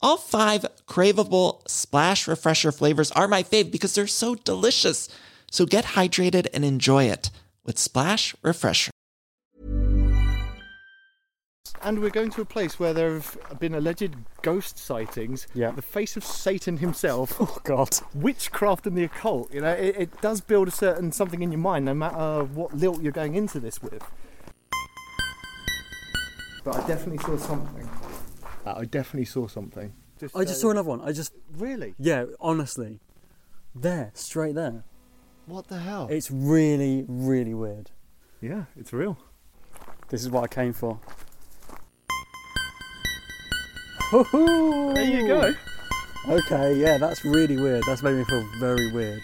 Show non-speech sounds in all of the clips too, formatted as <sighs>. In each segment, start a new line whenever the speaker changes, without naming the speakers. All five craveable splash refresher flavors are my fave because they're so delicious. So get hydrated and enjoy it with Splash Refresher.
And we're going to a place where there have been alleged ghost sightings.
Yeah.
The face of Satan himself.
<laughs> Oh God.
Witchcraft and the occult. You know, it, it does build a certain something in your mind, no matter what lilt you're going into this with. But I definitely saw something. Uh, I definitely saw something.
I just saw another one. I just
Really?
yeah, honestly, there, straight there.
What the hell?
It's really, really weird.
yeah, it's real.
This is what I came for.
There you go.
Okay, yeah, that's really weird. That's made me feel very weird.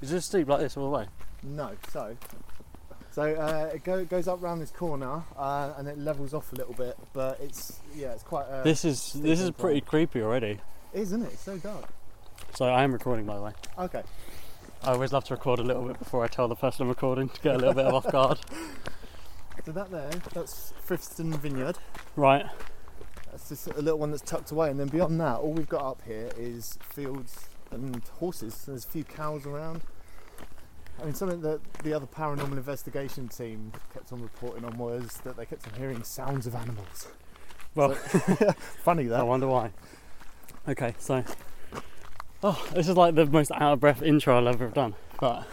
Is it steep like this all the way?
No, so so uh, it go, goes up round this corner uh, and it levels off a little bit, but it's yeah, it's quite. Uh,
This is this is
and
pretty creepy already.
isn't it? It's so dark.
So I am recording by the way.
Okay.
I always love to record a little bit before I tell the person I'm recording to get a little bit of off guard.
So that there, that's Frithston Vineyard.
Right.
That's just a little one that's tucked away, and then beyond that, all we've got up here is fields and horses. There's a few cows around. I mean, something that the other paranormal investigation team kept on reporting on was that they kept on hearing sounds of animals.
Well,
<laughs> Funny
I
that.
wonder why. Okay, so. Oh, this is like the most out of breath intro I'll ever have done. But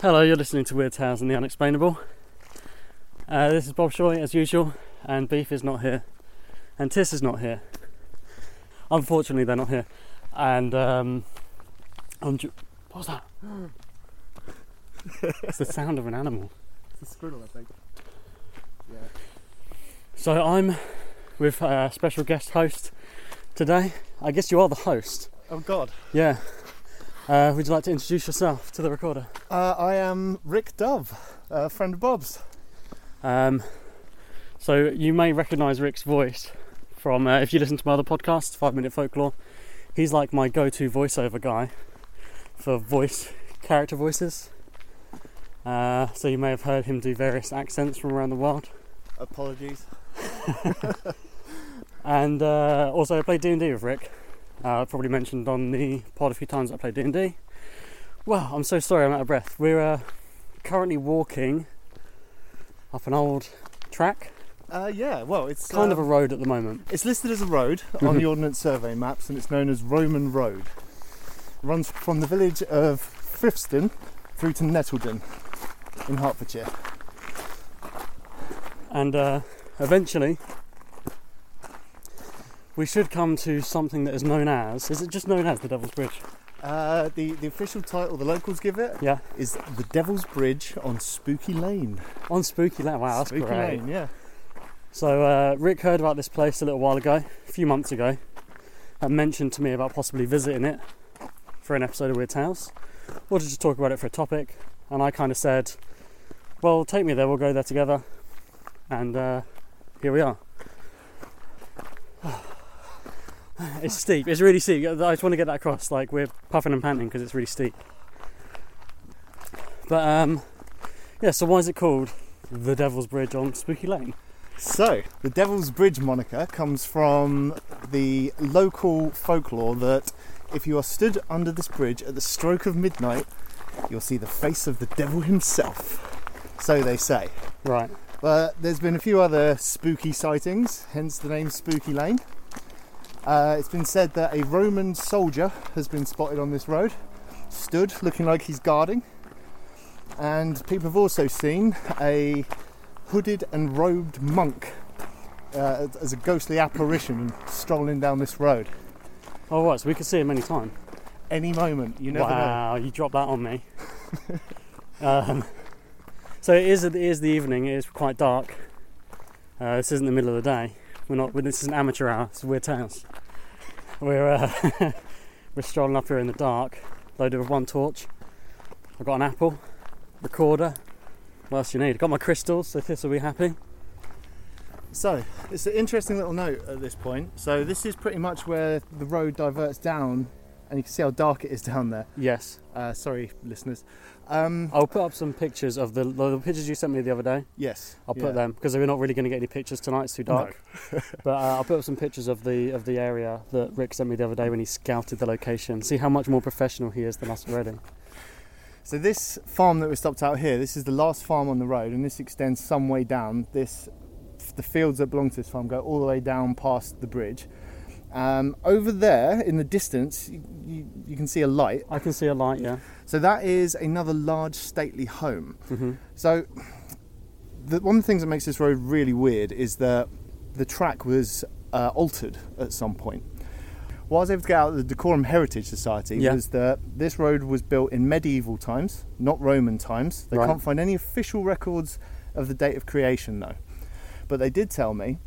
hello, you're listening to Weird Tales and the Unexplainable. Uh, this is Bob Shoy as usual, and Beef is not here, and Tiss is not here. Unfortunately, they're not here, and um, I'm ju- what was that? it's the sound of an animal.
<laughs> It's a squirrel, I think. Yeah.
So I'm with a special guest host today. I guess you are the host.
Oh God.
Yeah. Uh, would you like to introduce yourself to the recorder?
Uh, I am Rick Dove, a friend of Bob's.
Um, so you may recognise Rick's voice from uh, if you listen to my other podcast, Five Minute Folklore. He's like my go-to voiceover guy for voice character voices. Uh, so you may have heard him do various accents from around the world,
Apologies.
and uh, also I play D and D with Rick. Uh, I probably mentioned on the pod a few times I play D and D. Well, I'm so sorry, I'm out of breath. We're uh, currently walking up an old track,
Uh, yeah, well, it's
kind of
uh,
a road at the moment.
It's listed as a road on
Mm-hmm.
the Ordnance Survey maps, and it's known as Roman Road. runs from the village of Frithston through to Nettledon in Hertfordshire.
and uh, eventually we should come to something that is known as is it just known as the devil's bridge
Uh, the the official title the locals give it
yeah
is the Devil's Bridge on Spooky Lane.
on spooky lane wow that's
Spooky
great
Lane, yeah.
so uh, rick heard about this place a little while ago a few months ago and mentioned to me about possibly visiting it for an episode of weird tales wanted to talk about it for a topic and i kind of said well take me there we'll go there together and uh, here we are <sighs> It's steep. It's really steep. I just want to get that across. Like we're puffing and panting because it's really steep. But um, yeah. So why is it called the Devil's Bridge on Spooky Lane?
So, the Devil's Bridge moniker comes from the local folklore that if you are stood under this bridge at the stroke of midnight, you'll see the face of the devil himself. So they say.
Right.
But there's been a few other spooky sightings, hence the name Spooky Lane. Uh, it's been said that a Roman soldier has been spotted on this road, stood looking like he's guarding. And people have also seen a hooded and robed monk uh, as a ghostly apparition strolling down this road.
Oh, right. So we could see him any time.
Any moment, you never know.
wow, you dropped that
<laughs>
on me. um, so it is. It is the evening. It is quite dark. Uh, this isn't the middle of the day. We're not. This is an amateur hour. It's weird towns. We're uh, <laughs> we're strolling up here in the dark, loaded with one torch. I've got an apple, recorder. What else you need? I've got my crystals, so this will be happy.
So, it's an interesting little note at this point. So, this is pretty much where the road diverts down, and you can see how dark it is down there.
Yes.
Uh, sorry, listeners. Um,
I'll put up some pictures of the, the pictures you sent me the other day.
yes,
I'll put
yeah.
them because we're not really going to get any pictures tonight. It's too dark.
<laughs>
but uh, I'll put up some pictures of the of the area that Rick sent me the other day when he scouted the location. See how much more professional he is than us already.
So this farm that we stopped out here, this is the last farm on the road, and this extends some way down. This, the fields that belong to this farm go all the way down past the bridge. Um, over there in the distance, you, you, you can see a light.
I can see a light. Yeah.
So that is another large stately home.
Mm-hmm.
So the, one of the things that makes this road really weird is that the track was uh, altered at some point. What I was able to get out of the Decorum Heritage Society
Yeah.
was that this road was built in medieval times, not Roman times. They
Right.
can't find any official records of the date of creation, though. But they did tell me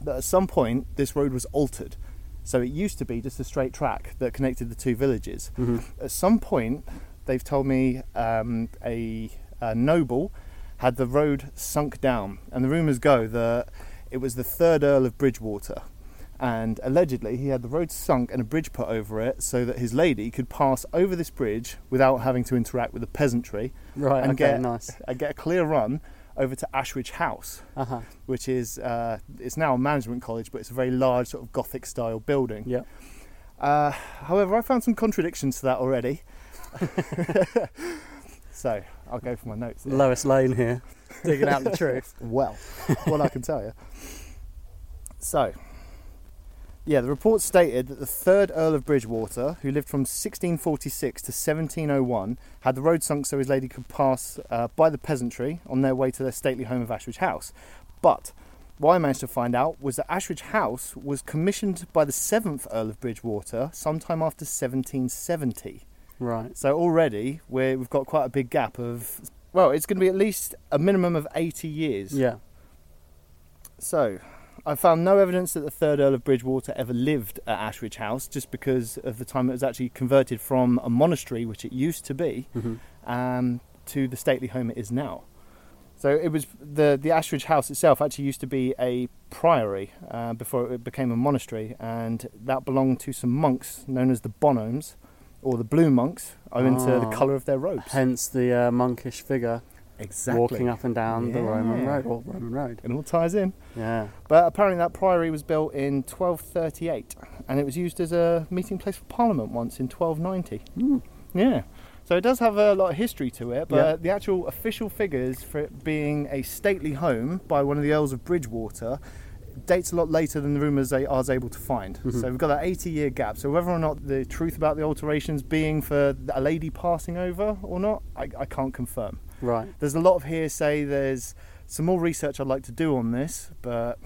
that at some point this road was altered. So it used to be just a straight track that connected the two villages. At some point, they've told me um, a, a noble had the road sunk down, and the rumours go that it was the third Earl of Bridgewater. And allegedly, he had the road sunk and a bridge put over it so that his lady could pass over this bridge without having to interact with the peasantry
Right,
and
okay,
get,
nice.
and get a clear run over to Ashridge House
Uh huh.
which is uh, it's now a management college, but it's a very large sort of Gothic style building.
Yeah.
Uh, however, I found some contradictions to that already. <laughs> so I'll go for my notes. here.
Lois Lane here, digging
<laughs>
out the truth.
Well, what I can tell you. So, yeah, the report stated that the third Earl of Bridgewater, who lived from 1646 to 1701, had the road sunk so his lady could pass uh, by the peasantry on their way to their stately home of Ashridge House. But what I managed to find out was that Ashridge House was commissioned by the seventh Earl of Bridgewater sometime after 1770.
Right.
So already we're, we've got quite a big gap of. Well, it's going to be at least a minimum of 80 years.
Yeah.
So, I found no evidence that the third Earl of Bridgewater ever lived at Ashridge House, just because of the time it was actually converted from a monastery, which it used to be, um, to the stately home it is now. So it was the the Ashridge House itself actually used to be a priory uh, before it became a monastery, and that belonged to some monks known as the Bonhommes, or the Blue Monks, owing to
Ah.
the colour of their robes.
Hence the uh, monkish figure
Exactly.
walking up and down the Roman
Yeah.
road. Or Roman road.
It all ties in.
Yeah.
But apparently, that priory was built in 1238 and it was used as a meeting place for Parliament once in 1290. Yeah. So it does have a lot of history to it, but
Yeah.
the actual official figures for it being a stately home by one of the Earls of Bridgewater dates a lot later than the rumours they I was able to find. So we've got that 80 year gap. So whether or not the truth about the alterations being for a lady passing over or not, I, I can't confirm.
Right.
There's a lot of hearsay. There's some more research I'd like to do on this, but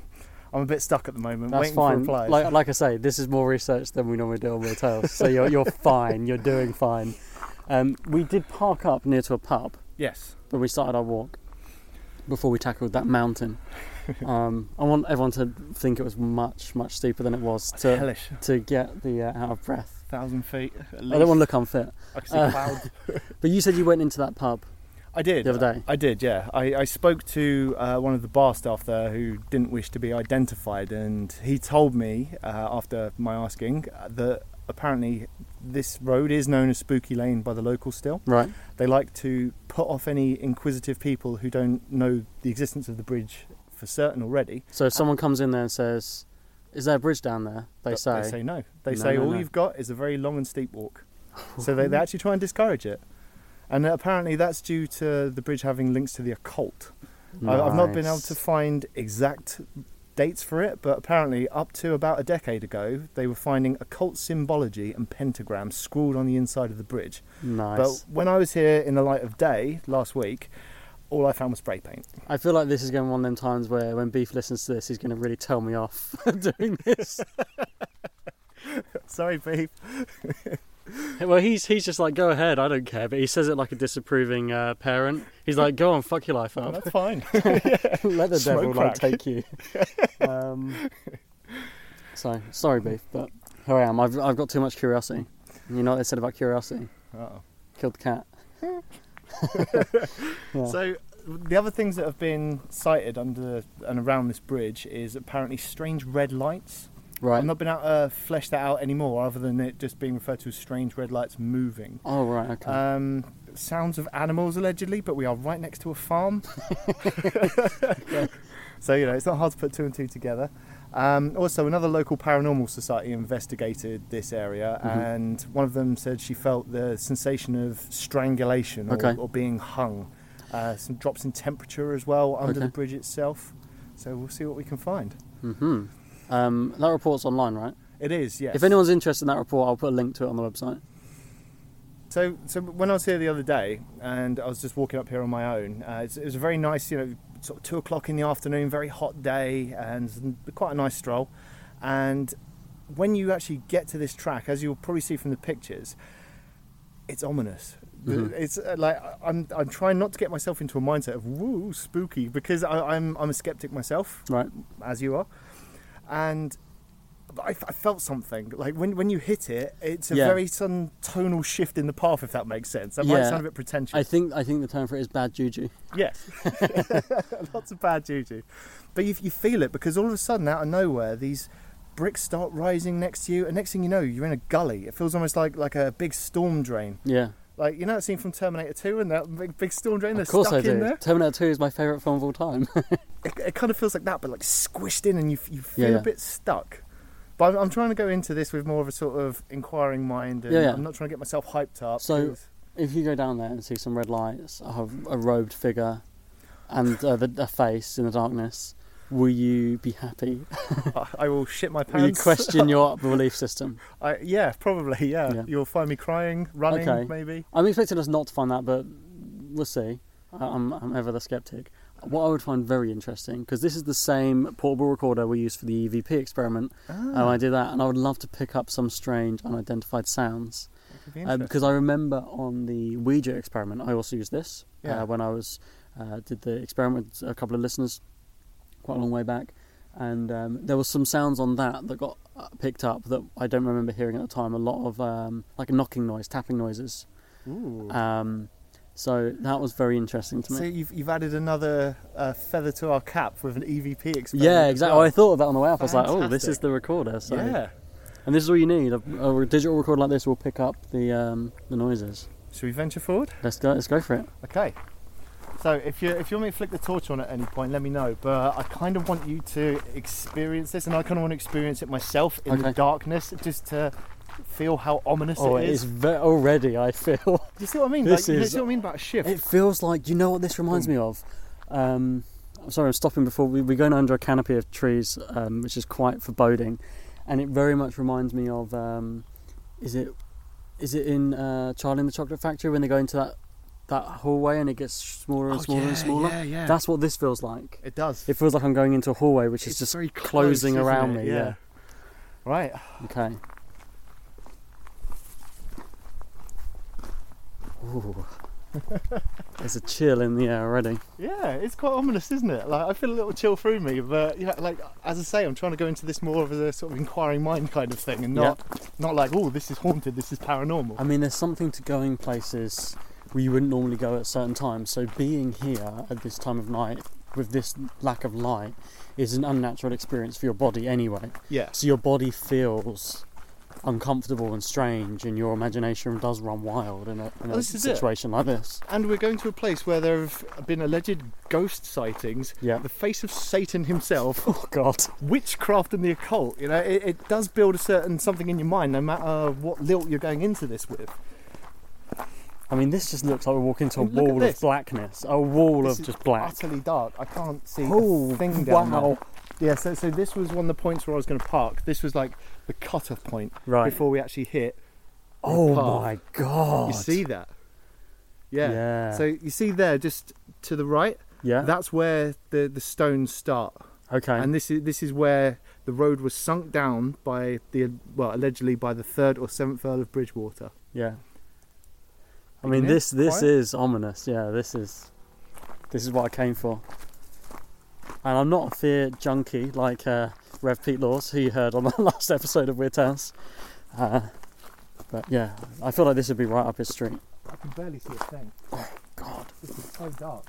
I'm a bit stuck at the moment,
That's
waiting for
fine.
replies.
Like, uh, like I say, this is more research than we normally do on Weird Tales. So you're,
<laughs>
you're fine. You're doing fine. Um, we did park up near to a pub
yes,
when we started our walk before we tackled
<laughs>
that mountain. Um, I want everyone to think it was much, much steeper than it was to,
Oh, hellish,
to get the uh, out of breath.
thousand feet. At least.
I don't want to look unfit.
I can see
<laughs> uh,
clouds.
But you said you went into that pub.
I did
the other day.
I did. Yeah, I, I spoke to uh, one of the bar staff there who didn't wish to be identified, and he told me uh, after my asking uh, that apparently this road is known as Spooky Lane by the locals still.
Right.
They like to put off any inquisitive people who don't know the existence of the bridge for certain already.
So if someone comes in there and says, "Is there a bridge down there?" They
but
say,
Uh, they say no. They
No,
say
no,
all
no.
you've got is a very long and steep
<laughs>
walk. so they, they actually try and discourage it. And apparently that's due to the bridge having links to the occult. I- I've not been able to
Nice.
find exact dates for it, but apparently up to about a decade ago, they were finding occult symbology and pentagrams scrawled on the inside of the bridge.
Nice.
But when I was here in the light of day last week, all I found was spray paint.
I feel like this is going to be one of them times where when Beef listens to this, he's going to really tell me off <laughs> doing this.
Sorry, beef.
<laughs> well, he's he's just like, go ahead, I don't care. But he says it like a disapproving uh, parent. He's like, go on, fuck your life up.
That's
<laughs>
fine.
Let the
Smoke
devil like
crack.
take
<laughs>
you. um, so sorry, Beef, but here I am. I've I've got too much curiosity. You know what they said about curiosity?
Uh-oh.
Killed the cat. Yeah.
So the other things that have been sighted under and around this bridge is apparently strange red lights.
Right.
I've not been able to flesh that out anymore, other than it just being referred to as strange red lights moving.
Oh right, okay.
Um, sounds of animals allegedly, but we are right next to a
<laughs>
farm. so, you know, it's not hard to put two and two together. Um, also, another local paranormal society investigated this area,
Mm-hmm.
and one of them said she felt the sensation of strangulation or,
Okay.
or being hung. Uh, some drops in temperature as well under the
Okay.
bridge itself. So, we'll see what we can find.
hmm. Um, that report's online, right?
It is, yes.
If anyone's interested in that report, I'll put a link to it on the website.
So, so when I was here the other day, and I was just walking up here on my own, uh, it's, it was a very nice, you know, sort of two o'clock in the afternoon, very hot day, and quite a nice stroll. And when you actually get to this track, as you'll probably see from the pictures, it's ominous. It's uh, like I- I'm, I'm trying not to get myself into a mindset of woo spooky because I, I'm, I'm a skeptic myself,
Right.
as you are, and but I, I felt something like when when you hit it, it's a
Yeah.
very sudden tonal shift in the path, if that makes sense. That might
Yeah.
sound a bit pretentious.
I think I think the term for it is bad juju.
<laughs> Yes, <laughs> lots of bad juju, but you you feel it because all of a sudden, out of nowhere, these bricks start rising next to you, and next thing you know, you're in a gully. It feels almost like like a big storm drain.
Yeah.
Like you know that scene from Terminator 2 and that big, big storm drain.
of
They're
course
stuck
I do.
in there.
Terminator 2 is my favourite film of all time. <laughs>
it, it kind of feels like that, but like squished in, and you f- you feel
yeah.
a bit stuck. But I'm, I'm trying to go into this with more of a sort of inquiring mind, and
Yeah, yeah.
I'm not trying to get myself hyped up.
So-
'cause-
if you go down there and see some red lights, a, a robed figure, and uh, the, a face in the darkness, will you be happy? <laughs>
I, I will shit my
Will you
pants.
question your belief system?
<laughs> I, yeah, probably. Yeah.
Yeah.
you'll find me crying, running,
Okay.
maybe.
I'm expecting us not to find that, but we'll see. I- I'm, I'm ever the skeptic. What I would find very interesting, because this is the same portable recorder we used for the EVP experiment,
Ah.
and I did that, and I would love to pick up some strange, unidentified sounds.
Could be
Uh,
interesting.
because I remember on the Ouija experiment, I also used this
Yeah.
uh, when I was uh, did the experiment with a couple of listeners quite a long way back, and um, there was some sounds on that that got uh, picked up that I don't remember hearing at the time. A lot of um, like knocking noise, tapping noises.
Ooh.
Um, so that was very interesting to me.
so you've, you've added another uh, feather to our cap with an EVP experiment.
yeah,
as
exactly.
well.
I thought of that on the way up. I was like, "Oh, this
Fantastic.
is the recorder." So,
Yeah.
and this is all you need. A, a digital recorder like this will pick up the um, the noises.
Should we venture forward?
Let's go. Let's go for it.
Okay. So if you if you want me to flick the torch on at any point, let me know. But I kind of want you to experience this, and I kind of want to experience it myself in the
Okay.
darkness, just to feel how ominous
Oh,
it
it's
is. Do
ve- already. I feel. <laughs>
you see what I mean?
this
like, you
is-
see what I mean about a shift?
It feels like you know what this reminds me of. Um, I'm sorry, I'm stopping before we, we're going under a canopy of trees, um, which is quite foreboding, and it very much reminds me of. Um, is it, is it in uh, Charlie and the Chocolate Factory when they go into that that hallway and it gets smaller and
Oh,
smaller and
yeah,
smaller?
yeah, yeah.
That's what this feels like.
It does.
It feels like I'm going into a hallway which
It's
is just
very close,
closing
isn't
around
it?
me.
Yeah. right.
yeah. Okay. Ooh. There's a chill in the air already.
Yeah, it's quite ominous, isn't it? Like I feel a little chill through me, but you know, like as I say, I'm trying to go into this more of a sort of inquiring mind kind of thing, and
Yeah.
not not like, oh, this is haunted, this is paranormal.
I mean, there's something to going places where you wouldn't normally go at certain times. So being here at this time of night with this lack of light is an unnatural experience for your body anyway.
yeah.
So your body feels uncomfortable and strange, and your imagination does run wild in a, in a
Oh, this is it.
situation like this.
And we're going to a place where there have been alleged ghost sightings.
Yeah.
The face of Satan himself. <laughs>
Oh God.
Witchcraft and the occult, you know, it, it does build a certain something in your mind, no matter what lilt you're going into this with.
I mean, this just looks like we're walking into a
Look at
wall of
this.
blackness, a wall
This
of
is
just black.
Utterly dark. I can't see
Oh,
a thing down
wow.
there. Yeah, so, so this was one of the points where I was going to park. This was like the cut-off point
Right.
before we actually hit.
Oh
path.
my God.
You see that? Yeah.
Yeah.
So you see there, just to the right.
Yeah.
That's where the, the stones start,
okay.
and this is this is where the road was sunk down by the well allegedly by the third or seventh Earl of Bridgewater.
yeah. I
Again
mean,
here?
this this
Quiet?
is ominous. Yeah, this is this is what I came for. And I'm not a fear junkie like uh, Rev Pete Laws, who you heard on the <laughs> last episode of Weird Towns. Uh, but yeah, I feel like this would be right up his street.
I can barely see a thing.
God.
This is so dark.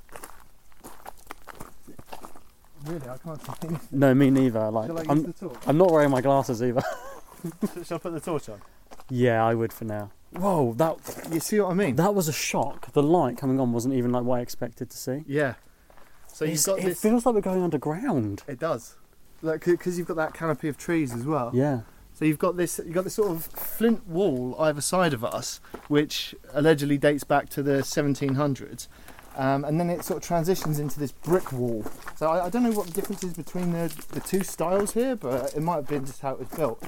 Really, I can't see anything.
No, me neither. Like,
Shall I use
I'm,
the torch?
I'm not wearing my glasses either.
<laughs>
<laughs>
Shall I put the torch on?
yeah, I would for now. Whoa, that
You see what I mean?
That was a shock. The light coming on wasn't even like what I expected to see.
yeah. So you've
It's-
got
it
this.
feels like we're going underground.
It does. Like, because you've got that canopy of trees as well.
Yeah.
So you've got this. You've got this sort of flint wall either side of us, which allegedly dates back to the 1700s, um, and then it sort of transitions into this brick wall. So I, I don't know what the difference is between the, the two styles here, but it might have been just how it was built.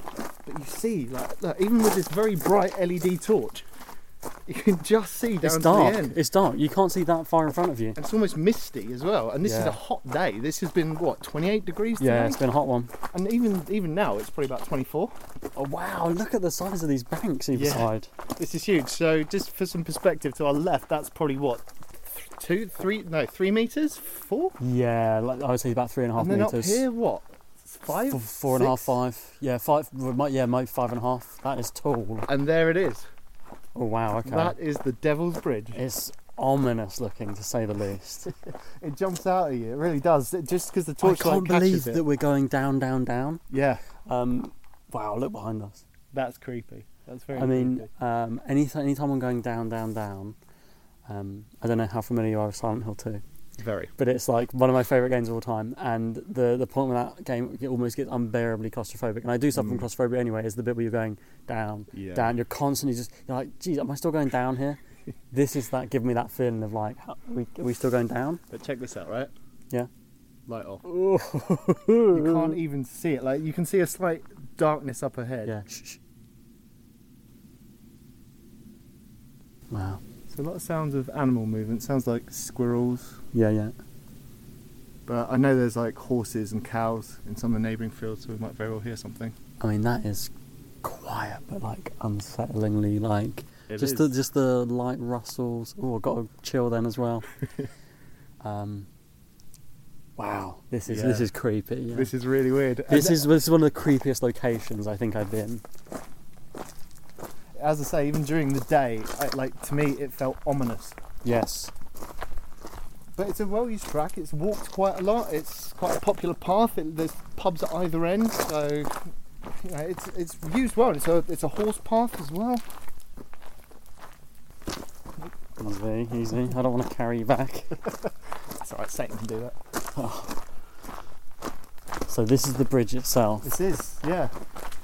But you see, like, look, even with this very bright LED torch, you can just see down
it's
to
dark.
the end.
It's dark. You can't see that far in front of you.
And it's almost misty as well. And this is
Yeah.
a hot day. This has been what 28 degrees
Yeah, it's
today,
been a hot one.
and even even now it's probably about 24.
Oh wow, look at the size of these banks either
Yeah.
side.
This is huge. So just for some perspective, to our left, that's probably what th- two, three, no, three meters, four,
Yeah, like, I would say about three and a half
and then
meters.
up here, what five,
F- four and a half,
six?
five. Yeah, five. we might- Yeah, maybe five and a half. That is tall.
And there it is.
Oh wow. Okay.
That is the Devil's Bridge.
It's ominous looking to say the
<laughs>
least.
It jumps out at you. It really does. It- just because the
I
torchlight
can't
catches
believe
it.
that we're going down, down, down.
yeah,
Um, wow, look behind us.
that's creepy. That's very.
I mean,
creepy.
um, any anytime I'm going down, down, down. Um, I don't know how familiar you are with Silent Hill 2,
very.
but it's like one of my favourite games of all time. And the, the point where that game it almost gets unbearably claustrophobic, and I do suffer from claustrophobia anyway, is the bit where you're going
Mm.
down,
Yeah.
down. You're constantly just you're like, geez, am I still going
<laughs>
down here? this is that giving me that feeling of like, are we, are we still going down?
But check this out, right?
Yeah.
Light off.
you
You can't even see it. Like you can see a slight darkness up ahead.
Yeah. Shh, shh. Wow.
So a lot of sounds of animal movement. Sounds like squirrels.
Yeah, yeah.
But I know there's like horses and cows in some of the neighbouring fields, so we might very well hear something.
I mean, that is quiet, but like unsettlingly, like
It
just the
is.
just the light rustles. Oh, I got a chill then as
<laughs>
well. um, wow, this is this
Yeah.
is creepy. yeah.
This is really weird.
This is this is one of the creepiest locations I think I've been.
as I say, even during the day, I, like to me, it felt ominous.
Yes.
But it's a well-used track. It's walked quite a lot. It's quite a popular path. It, there's pubs at either end, so you know, it's it's used well. It's a it's a horse path as well.
Easy, easy. I don't want to carry you
<laughs>
back.
That's alright. Satan can do that.
So this is the bridge itself.
This is yeah.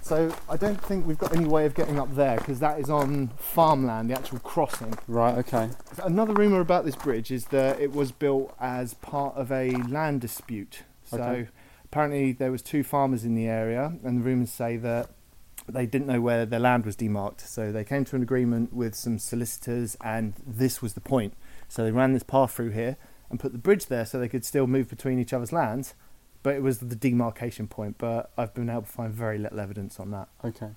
So I don't think we've got any way of getting up there because that is on farmland, the actual crossing.
Right. Okay.
Another rumor about this bridge is that it was built as part of a land dispute. So
Okay.
apparently there was two farmers in the area, and the rumors say that they didn't know where their land was demarked. So they came to an agreement with some solicitors, and this was the point. So they ran this path through here and put the bridge there so they could still move between each other's lands. But it was the demarcation point. But I've been able to find very little evidence on that.
Okay.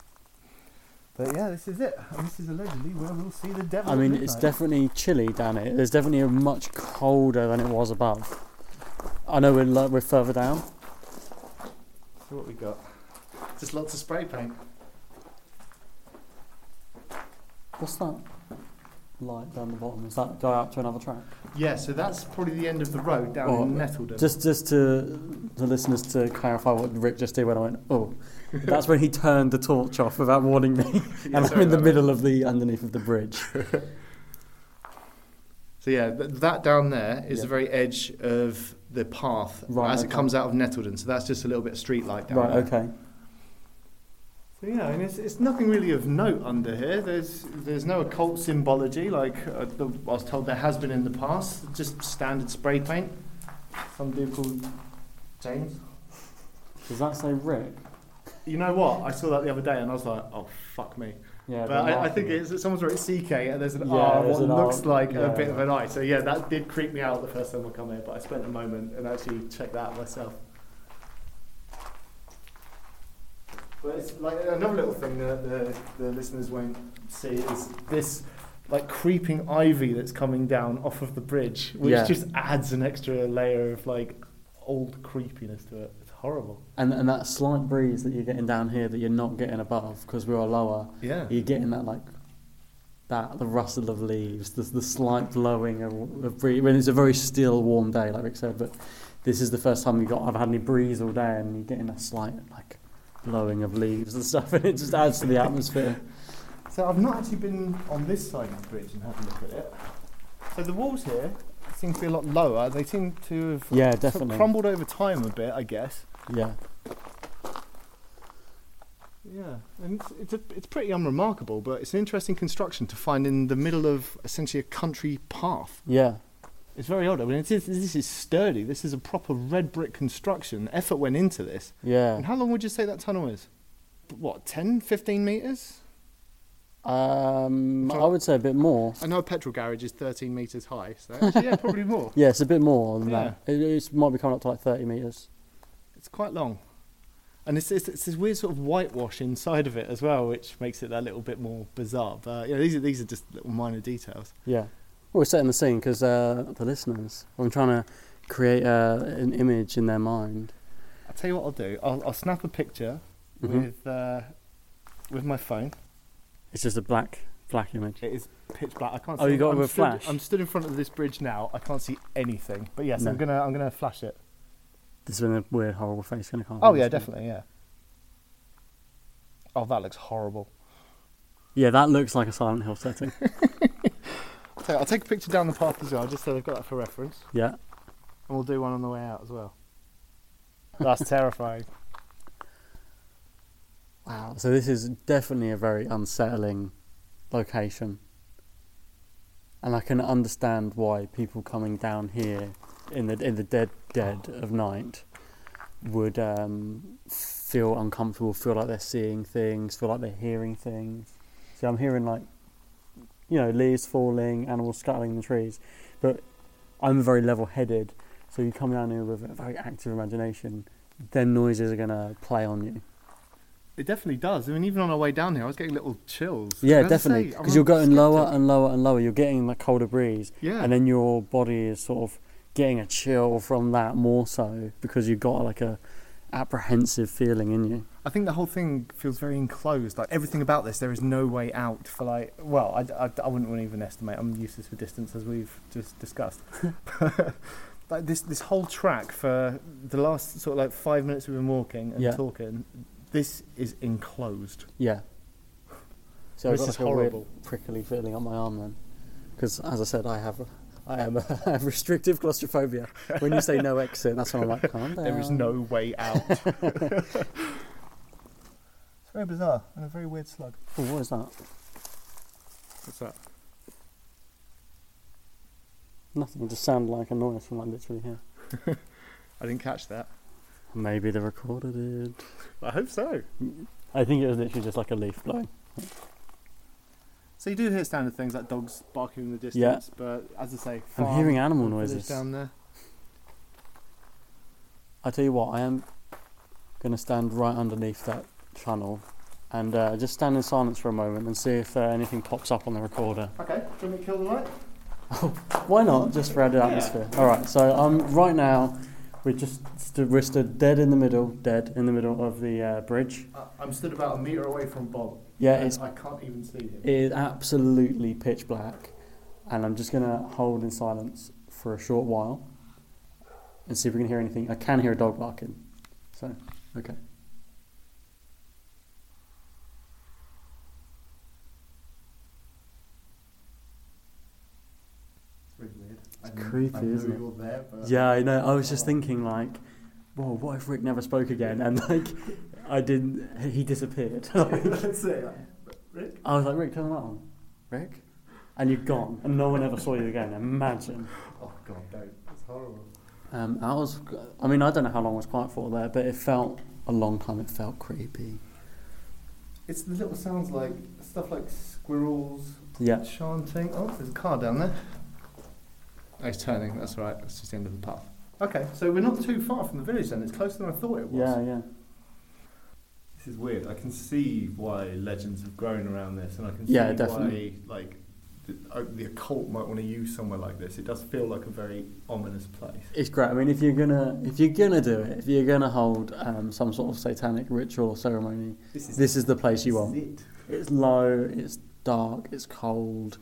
But yeah, this is it. And this is allegedly where we'll see the devil.
I
at
mean, it's
midnight.
definitely chilly down here. It's definitely much colder than it was above. I know we're lo- we're further down.
So what we got? Just lots of spray paint.
What's that? light down the bottom? Does that go out to another track?
Yeah, so that's probably the end of the road down
Or-
in Nettledon.
Just just to the listeners to clarify what Rick just did when I went,
<laughs>
oh, that's when he turned the torch off without warning me, and I'm
sorry
in the
about
middle of the underneath of
<laughs>
the bridge.
So yeah, th- that down there is
Yeah.
the very edge of the path
Right,
as
okay.
it comes out of Nettledon. So that's just a little bit of street light down
right,
there.
okay.
So yeah, and it's, it's nothing really of note under here. There's there's no occult symbology like uh, the, I was told there has been in the past. Just standard spray paint. Some dude called James.
Does that say Rick?
You know what? I saw that the other day and I was like, oh fuck me.
Yeah,
But
they're
I, I think
laughing.
it's someone's wrote CK and there's an
Yeah,
R,
there's
what
an R,
looks like
yeah.
a bit of an I. So yeah, that did creep me out the first time I come here, but I spent a moment and actually checked that out myself. But it's like another little thing that the, the listeners won't see is this like creeping ivy that's coming down off of the bridge, which
Yeah.
just adds an extra layer of like old creepiness to it. It's horrible.
And, and that slight breeze that you're getting down here that you're not getting above because we are lower,
Yeah.
you're getting that like that the rustle of leaves, the, the slight blowing of, of breeze. When it's a very still, warm day, like Rick said, but this is the first time you got I've had any breeze all day, and you're getting that slight like blowing of leaves and <laughs> stuff, and it just adds to the atmosphere.
So I've not actually been on this side of the bridge and had a look at it. So the walls here seem to be a lot lower. They seem to have
Yeah,
sort of
definitely.
crumbled over time a bit, I guess.
Yeah,
Yeah, and it's it's, a, it's pretty unremarkable, but it's an interesting construction to find in the middle of essentially a country path.
yeah,
It's very odd. I mean, it is, this is sturdy. This is a proper red brick construction. Effort went into this.
yeah.
And how long would you say that tunnel is? What, 10, 15 metres?
Um, I would say a bit more.
I know a petrol garage is 13 metres high, so actually, yeah, probably
<laughs>
more.
Yeah, it's a bit more than that. It, it's might be coming up to like thirty meters.
It's quite long. And it's, it's, it's this weird sort of whitewash inside of it as well, which makes it that little bit more bizarre. But you know, these are these are just little minor details.
Yeah. Well, we're setting the scene because uh, the listeners, I'm trying to create uh, an image in their mind.
I'll tell you what I'll do. I'll, I'll snap a picture
Mhm.
with uh, with my phone.
It's just a black, black image.
It is pitch black. I can't.
Oh,
see
you got it
I'm
with
stood,
flash?
I'm stood in front of this bridge now. I can't see anything. But yes,
No. Oh,
I'm gonna I'm gonna flash it.
This is when a weird, horrible face going to come. up
Oh
on
yeah,
the screen.
definitely yeah. Oh, that looks horrible.
Yeah, that looks like a Silent
<laughs>
Hill setting.
I'll take, I'll take a picture down the path as well, just so they've got that for reference,
yeah.
and we'll do one on the way out as well. That's terrifying.
Wow. So this is definitely a very unsettling location, and I can understand why people coming down here in the in the dead dead of night would um, feel uncomfortable, feel like they're seeing things, feel like they're hearing things. See, I'm hearing like you know leaves falling, animals scuttling in the trees, but I'm very level-headed, so you come down here with a very active imagination. Then noises are gonna play on you.
<laughs> It definitely does. I mean, even on our way down here, I was getting little chills.
Yeah,
And as I say,
definitely.
I'm
Because you're going
skeptic.
lower and lower and lower. You're getting the colder breeze,
Yeah.
and then your body is sort of getting a chill from that more so because you've got like a apprehensive feeling in you.
I think the whole thing feels very enclosed. Like everything about this, there is no way out for like. Well, I, I, I wouldn't want to even estimate. I'm useless with distance, as we've just
<laughs>
discussed. <laughs> like this, this whole track for the last sort of like five minutes we've been walking and
Yeah.
talking. This is enclosed.
Yeah. So
This
I've got
is
like a weird
horrible.
prickly feeling up my arm then, because as I said, I have. I am <laughs> I have restrictive claustrophobia. When you say no exit, that's when I'm like, calm down.
There is no way <laughs> out. it's very bizarre and a very weird slug.
Oh, what is that?
What's that?
Nothing. It just sounded like a noise from like literally here.
I didn't catch that.
Maybe the recorder did.
I hope so.
I think it was literally just like a leaf blowing.
So you do hear standard things like dogs barking in the distance,
Yeah.
but as I say,
I'm
farm
hearing animal
and village
noises.
down there.
I tell you what, I am going to stand right underneath that channel and uh, just stand in silence for a moment and see if uh, anything pops up on the recorder.
Okay, do you want me to kill the light?
Why not? Just for added atmosphere. All right. So um, right now we're just st- we're stood dead in the middle, dead in the middle of the uh, bridge.
I'm stood about a meter away from Bob.
Yeah,
<laughs>
it's
I can't even see him.
it is absolutely pitch black. and I'm just going to hold in silence for a short while and see if we can hear anything. I can hear a dog barking, so okay.
Pretty weird.
It's creepy,
I knew
isn't it?
you were there, but <laughs>
Yeah, I know. I was just thinking like, whoa, what if Rick never spoke again? And like, I didn't.
<laughs>
He disappeared. <laughs>
That's it. Rick?
I was like, Rick, turn that on, Rick, and you're gone, and no one ever saw you again. Imagine.
Oh god, don't. It's horrible.
Um, I was. I mean, I don't know how long I was quiet for there, but it felt a long time. It felt creepy.
It's the little sounds like stuff like squirrels
Yeah.
chanting. Oh, there's a car down there. Oh, it's turning. That's right. That's just the end of the path. Okay, so we're not too far from the village then. It's closer than I thought it was.
Yeah, yeah.
This is weird. I can see why legends have grown around this, and I can
Yeah,
see
definitely.
why like the, uh, the occult might want to use somewhere like this. It does feel like a very ominous place.
It's great. I mean, if you're gonna if you're gonna do it, if you're gonna hold um, some sort of satanic ritual or ceremony,
This is
this is the place you
this
want.
is it.
It's low, it's dark, it's cold,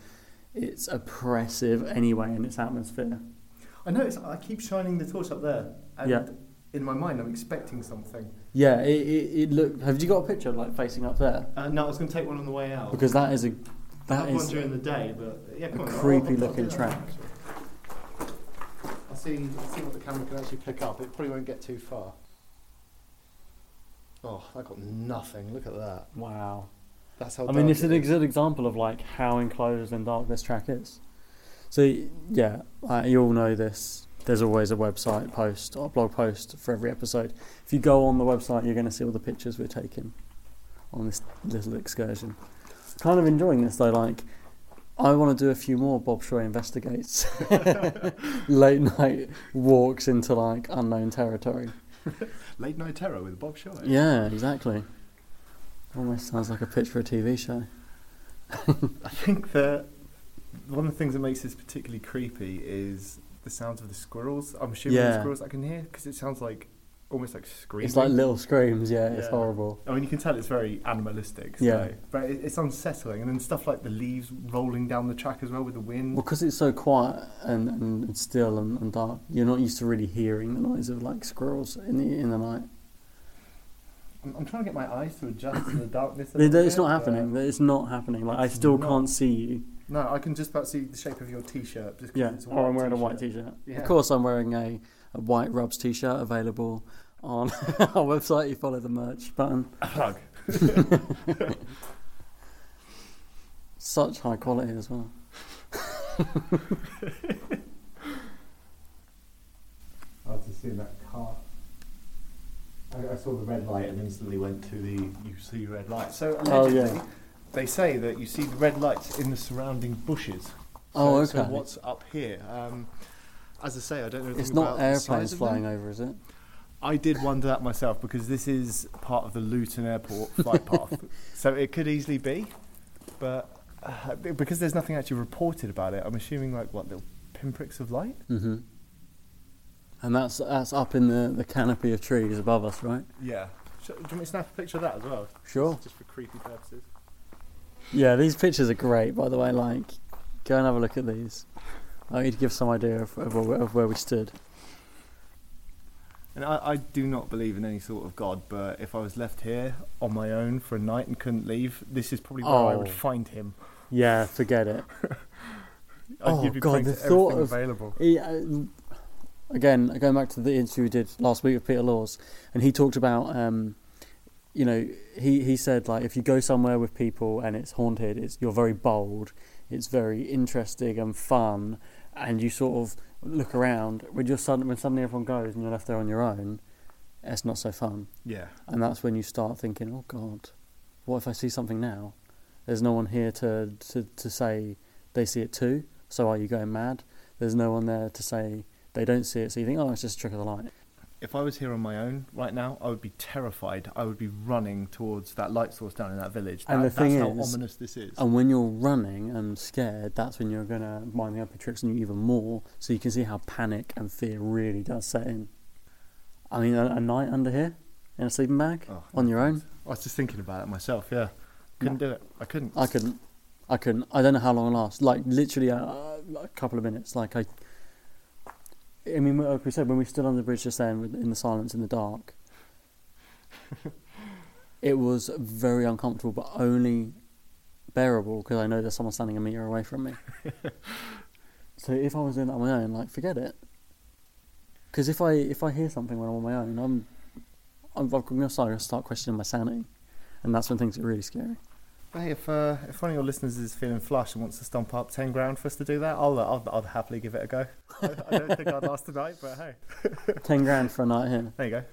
it's oppressive anyway in its atmosphere.
I know. It's, I keep shining the torch up there, and
Yeah.
in my mind, I'm expecting something.
Yeah, it, it, it looked. Have you got a picture like facing up there?
Uh, no, I was going to take one on the way out.
Because that is a that
I've one
is
during the day, but yeah, come
a
on, I'll-
creepy
I'll- I'll
looking
do that.
track.
I'll see, I'll see what the camera can actually pick up. It probably won't get too far. Oh, I got nothing. Look at that.
Wow.
That's how.
I mean,
dark
it's
it
an
is.
ex- good example of like how enclosed and dark this track is. So yeah, uh, you all know this. There's always a website post or blog post for every episode. If you go on the website, you're going to see all the pictures we're taking on this little excursion. Kind of enjoying this though. Like, I want to do a few more Bob Shroy investigates, <laughs> late night walks into like unknown territory.
Late Night Terror with Bob Shaw.
Yeah, exactly. Almost sounds like a pitch for a TV show.
I think that one of the things that makes this particularly creepy is the sounds of the squirrels. I'm assuming
Yeah.
the squirrels I can hear because it sounds like almost like screaming.
It's like little screams, yeah, it's
Yeah.
horrible.
I mean, you can tell it's very animalistic. So,
Yeah.
But it, it's unsettling. And then stuff like the leaves rolling down the track as well with the wind.
Well, because it's so quiet and, and, and still and, and dark, you're not used to really hearing the noise of like squirrels in the in the night.
I'm, I'm trying to get my eyes to adjust to
<coughs>
the darkness. a
It-
little
it's
bit,
not
but-
happening. It's not happening. Like I
It's
still
not.
can't see you.
No, I can just about see the shape of your t-shirt. Just 'cause
Yeah.
it's a
Or Oh, I'm wearing a
<laughs>
white T-shirt.
Yeah.
Of course, I'm wearing a, a white Rubs T-shirt available on <laughs> our website. You follow the merch button.
Plug.
Such high quality as well.
I was just seeing that car. I, I saw the red light and instantly went to the you see red light. So
Oh,
allegedly,
yeah.
they say that you see the red lights in the surrounding bushes. So,
Oh,
So
okay.
what's up here? Um, as I say, I don't know. anything
It's not
about the size
airplanes
of them.
flying over, is it?
I did wonder that myself because this is part of the Luton
<laughs>
Airport flight path, so it could easily be, but uh, b- because there's nothing actually reported about it, I'm assuming like what little pinpricks of light.
hmm And that's that's up in the, the canopy of trees above us, right?
Yeah. Sh- Do you want me to snap a picture of that as well?
Sure.
Just for creepy purposes.
Yeah, these pictures are great, by the way. Like, go and have a look at these. I want you to give some idea of, of, where- of where we stood.
And I, I do not believe in any sort of God, but if I was left here on my own for a night and couldn't leave, this is probably where I would
Oh.
find him.
Yeah, forget it.
I'd
Oh,
give you
God,
praying
the
to everything
thought of-
available.
He, uh, again, going back to the interview we did last week with Peter Laws, and he talked about, um, you know, he, he said, like, if you go somewhere with people and it's haunted, it's you're very bold, it's very interesting and fun, and you sort of look around. When, you're sudden, when suddenly everyone goes and you're left there on your own, it's not so fun.
Yeah.
And that's when you start thinking, oh God, what if I see something now? There's no one here to, to, to say they see it too, so are you going mad? There's no one there to say they don't see it, so you think, oh, it's just a trick of the light.
If I was here on my own right now, I would be terrified. I would be running towards that light source down in that village.
And
That-
the thing
that's
is- um,
how ominous this is.
And when you're running and scared, that's when you're going to mind the upper tricks on you even more, so you can see how panic and fear really does set in. I mean, a, a night under here in a sleeping bag
Oh,
on your own,
I was just thinking about it myself. Yeah, couldn't do it. I couldn't.
I couldn't. I couldn't. I don't know how long it lasts. Like literally, uh, a couple of minutes. Like I, I mean, like we said when we stood on the bridge just then with- in the silence in the dark, it was very uncomfortable, but only bearable because I know there's someone standing a meter away from me. so if I was doing that on my own, like forget it. Because if I if I hear something when I'm on my own, I'm I'm, I'm gonna start, start questioning my sanity, and that's when things get really scary.
Hey, if uh, if one of your listeners is feeling flush and wants to stump up ten grand for us to do that, I'll uh, I'll, I'll happily give it a go. <laughs> I, I don't think I'd last tonight, but hey,
Ten grand for a night here.
there you go.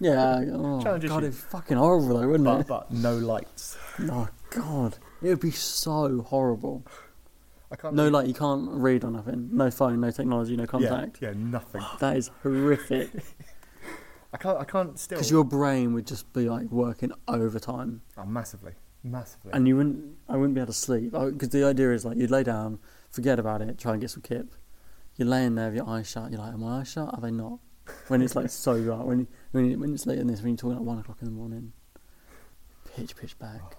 Yeah. Oh,
Challenge
God,
issued.
it'd be fucking horrible though, wouldn't
But
it?
but no lights.
Oh God, it would be so horrible.
I can't.
No, like you can't read or nothing. No phone, no technology, no contact.
Yeah, yeah, nothing.
That is
<laughs>
horrific
I can't. I can't still.
because your brain would just be like working overtime,
Oh, massively, massively.
and you wouldn't. I wouldn't be able to sleep because the idea is like you'd lay down, forget about it, try and get some kip. You're laying there with your eyes shut. You're like, "Am my eyes shut? Are they not?" When it's like so dark, when you, when, you, when it's late in this, when you're talking at one o'clock in the morning, pitch pitch back.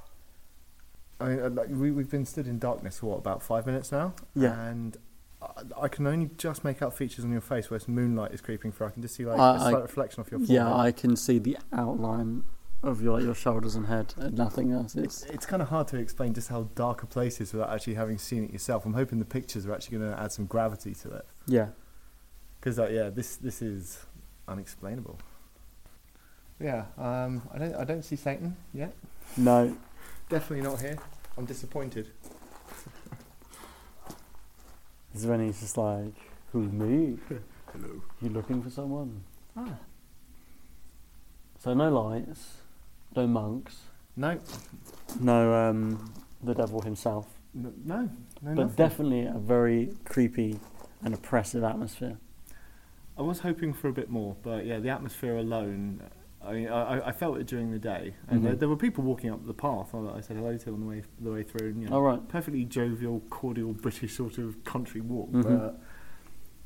I mean, uh, like, we, we've been stood in darkness for what about five minutes now?
Yeah.
And I, I can only just make out features on your face where some moonlight is creeping through. I can just see like
I-
a
I-
slight reflection off your forehead.
Yeah, I can see the outline of your like, your shoulders and head and nothing else. It's
It's kind of hard to explain just how dark a place is without actually having seen it yourself. I'm hoping the pictures are actually going to add some gravity to it.
yeah.
Because uh, yeah, this this is unexplainable. Yeah, um, I don't I don't see Satan yet.
No.
Definitely not here. I'm disappointed.
Is when he's just like, Who's me?
Hello.
You looking for someone? Ah. So no lights, no monks,
No,
no um the devil himself.
no, no, no
but
nothing.
definitely a very creepy and oppressive atmosphere.
I was hoping for a bit more, but yeah, the atmosphere alone. I mean, I, I- I felt it during the day, and there, there were people walking up the path that I said hello to on the way the way through. And, you know,
Oh, right.
perfectly jovial, cordial British sort of country walk.
Mhm.
But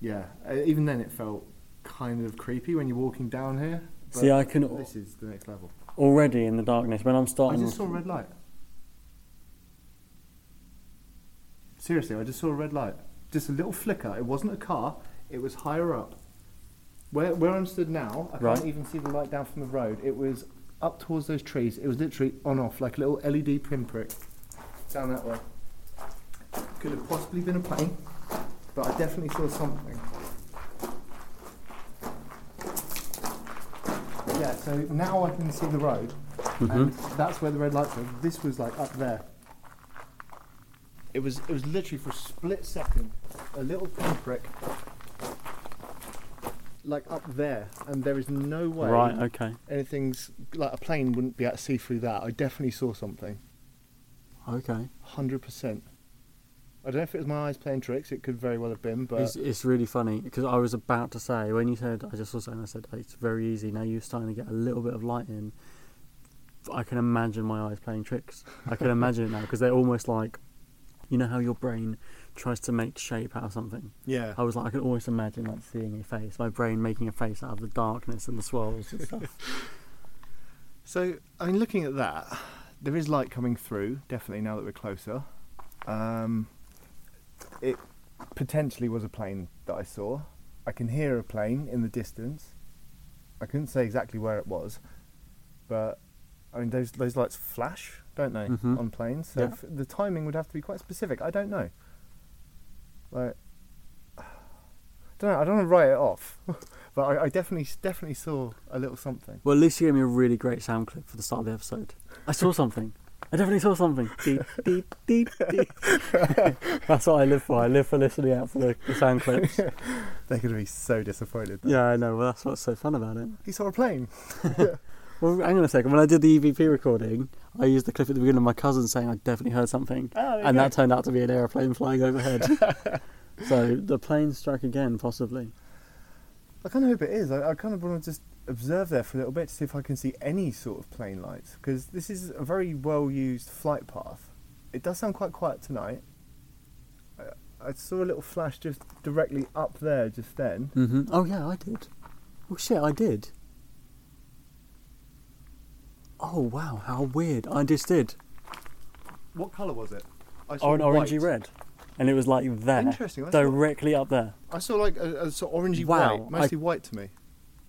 yeah, uh, even then it felt kind of creepy when you're walking down here.
See,
but
I can-
This is the next level.
Already in the darkness, when I'm
I
starting
just saw a red light. Seriously, I just saw a red light. Just a little flicker. It wasn't a car. It was higher up. Where where I'm stood now, I
Right.
can't even see the light down from the road. It was up towards those trees. It was literally on off like a little LED pinprick down that way. Could have possibly been a plane, but I definitely saw something. Yeah, so now I can see the road,
Mm-hmm.
and that's where the red light was. This was like up there. It was it was literally for a split second, a little pinprick, like up there, and there is no way
Right, okay.
anything's like a plane wouldn't be able to see through that. I definitely saw something,
Okay.
hundred percent. I don't know if it was my eyes playing tricks. It could very well have been, but
It's, it's really funny because I was about to say when you said I just saw something. I said "Oh, it's very easy. Now you're starting to get a little bit of light in. I can imagine my eyes playing tricks. I
<laughs>
can imagine it now because they're almost like, you know how your brain tries to make shape out of something.
yeah,
I was like, I could always imagine like seeing a face. My brain making a face out of the darkness and the swirls and stuff.
So, I mean, looking at that, there is light coming through, definitely, now that we're closer. Um, it potentially was a plane that I saw. I can hear a plane in the distance. I couldn't say exactly where it was, but I mean, those, those lights flash, don't they,
Mhm.
on planes? So
Yeah.
f- the timing would have to be quite specific. I don't know. Like, <sighs> don't know, I don't want to write it off, <laughs> but I, I definitely, definitely saw a little something.
Well, at least you gave me a really great sound clip for the start of the episode. I saw something. I definitely saw something. Deep, deep, deep, deep. <laughs> That's what I live for. I live for listening out for the, the sound
<laughs>
clips.
They're going to be so disappointed.
Yeah, I know. Well, that's what's so fun about it.
He saw a plane.
Well, hang on a second. When I did the EVP recording, I used the clip at the beginning of my cousin saying I definitely heard something,
Oh, there you
and
go.
that turned out to be an aeroplane flying <laughs> overhead. so the plane struck again, possibly.
I kind of hope it is. I, I kind of want to just observe there for a little bit to see if I can see any sort of plane lights because this is a very well used flight path. It does sound quite quiet tonight. I, I saw a little flash just directly up there just then.
hmm Oh yeah, I did. Oh shit, I did. Oh wow, how weird! I just did.
What colour was it? I
Or an orangey red. and it was like there,
Interesting, I thought-
directly up there.
I saw like a, a sort of orangey
Wow,
white, mostly white to me.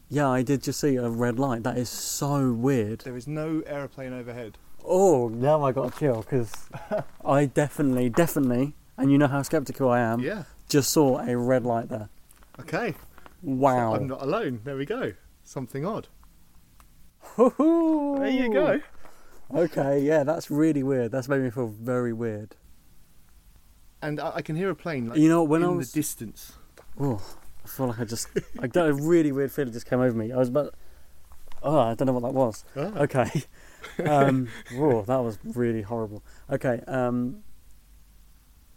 Yeah, I did just see a red light. That is so weird.
There is no aeroplane overhead.
Oh, now I got a chill because
<laughs>
I definitely, definitely, and you know how skeptical I am.
Yeah.
Just saw a red light there.
Okay.
Wow.
I'm not alone. There we go. Something odd.
Hoo-hoo.
There you go.
Okay, yeah, that's really weird. That's made me feel very weird.
And I, I can hear a plane. Like,
You know, when
in
I was-
the distance.
Oh, I feel like I just, I got a really weird feeling just came over me. I was about, oh, I don't know what that was.
Ah.
Okay. Um, whoa, that was really horrible. Okay. Um,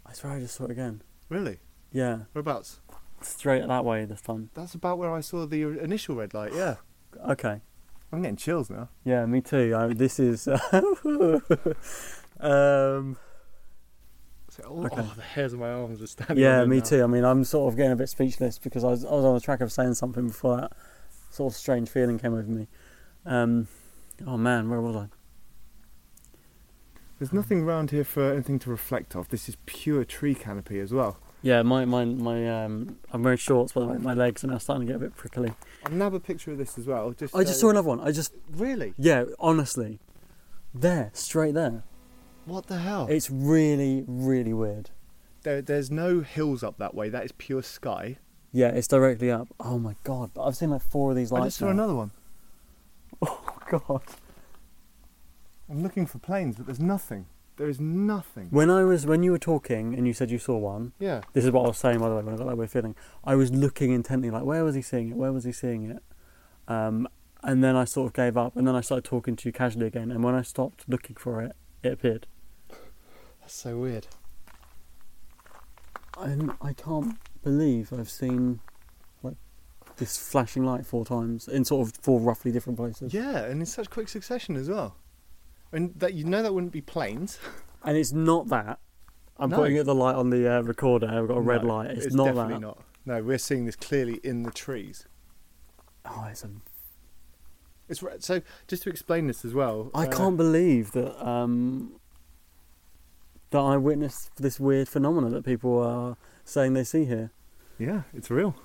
I swear I just saw it again.
Really?
Yeah,
Whereabouts?
straight that way this time.
That's about where I saw the initial red light.
<sighs>
Yeah.
Okay.
I'm getting chills now.
Yeah, me too. I, this is. <laughs> um,
It's like, oh,
Okay.
oh, the hairs on my arms are standing.
yeah,
on end
me
now.
too. I mean, I'm sort of getting a bit speechless because I was, I was on the track of saying something before that sort of strange feeling came over me. Um, oh man, where was I?
There's nothing around here for anything to reflect off. This is pure tree canopy as well.
Yeah, my my my. Um, I'm wearing shorts, by the way. My legs are now starting to get a bit prickly.
I'll nab a picture of this as well. Just
I just saw
so-
another one. I just
Really?
yeah, honestly, there, straight there.
What the hell?
It's really really weird.
There, there's no hills up that way. That is pure sky.
Yeah, it's directly up. Oh my god! But I've seen like four of these lights.
I just saw
now.
another one.
<laughs> Oh god.
I'm looking for planes, but there's nothing. There is nothing.
When I was when you were talking and you said you saw one,
Yeah.
this is what I was saying by the way when I got that weird feeling. I was looking intently like where was he seeing it? Where was he seeing it? Um, and then I sort of gave up and then I started talking to you casually again and when I stopped looking for it, it appeared.
That's so weird.
I'm, I can't believe I've seen like this flashing light four times in sort of four roughly different places.
Yeah, and in such quick succession as well. And that you know that wouldn't be planes.
And it's not that. I'm
No.
putting the light on the uh, recorder. I've got a red
No,
light. It's, not
definitely
that.
not. No, we're seeing this clearly in the trees.
Oh, it's a
It's re- so just to explain this as well.
I
uh,
can't believe that um, that I witnessed this weird phenomenon that people are saying they see here.
Yeah, it's real.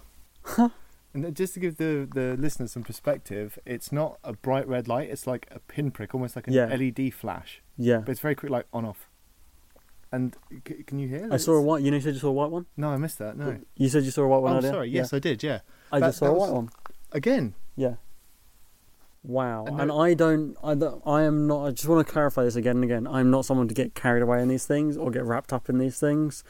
and then just to give the the listeners some perspective, it's not a bright red light. It's like a pinprick, almost like an
Yeah.
LED flash.
Yeah,
But it's very quick, like on off. And c- can you hear?
I
this?
saw a white. You know, you said you saw a white one.
No, I missed that. No.
You said you saw a white one.
oh,
earlier?
sorry.
Yeah.
Yes, I did. Yeah.
I
That-
just saw
that
a
was-
white one.
Again.
Yeah. Wow.
And
And,
there-
I don't. I don't. I am not. I just want to clarify this again and again. I'm not someone to get carried away in these things or get wrapped up in these things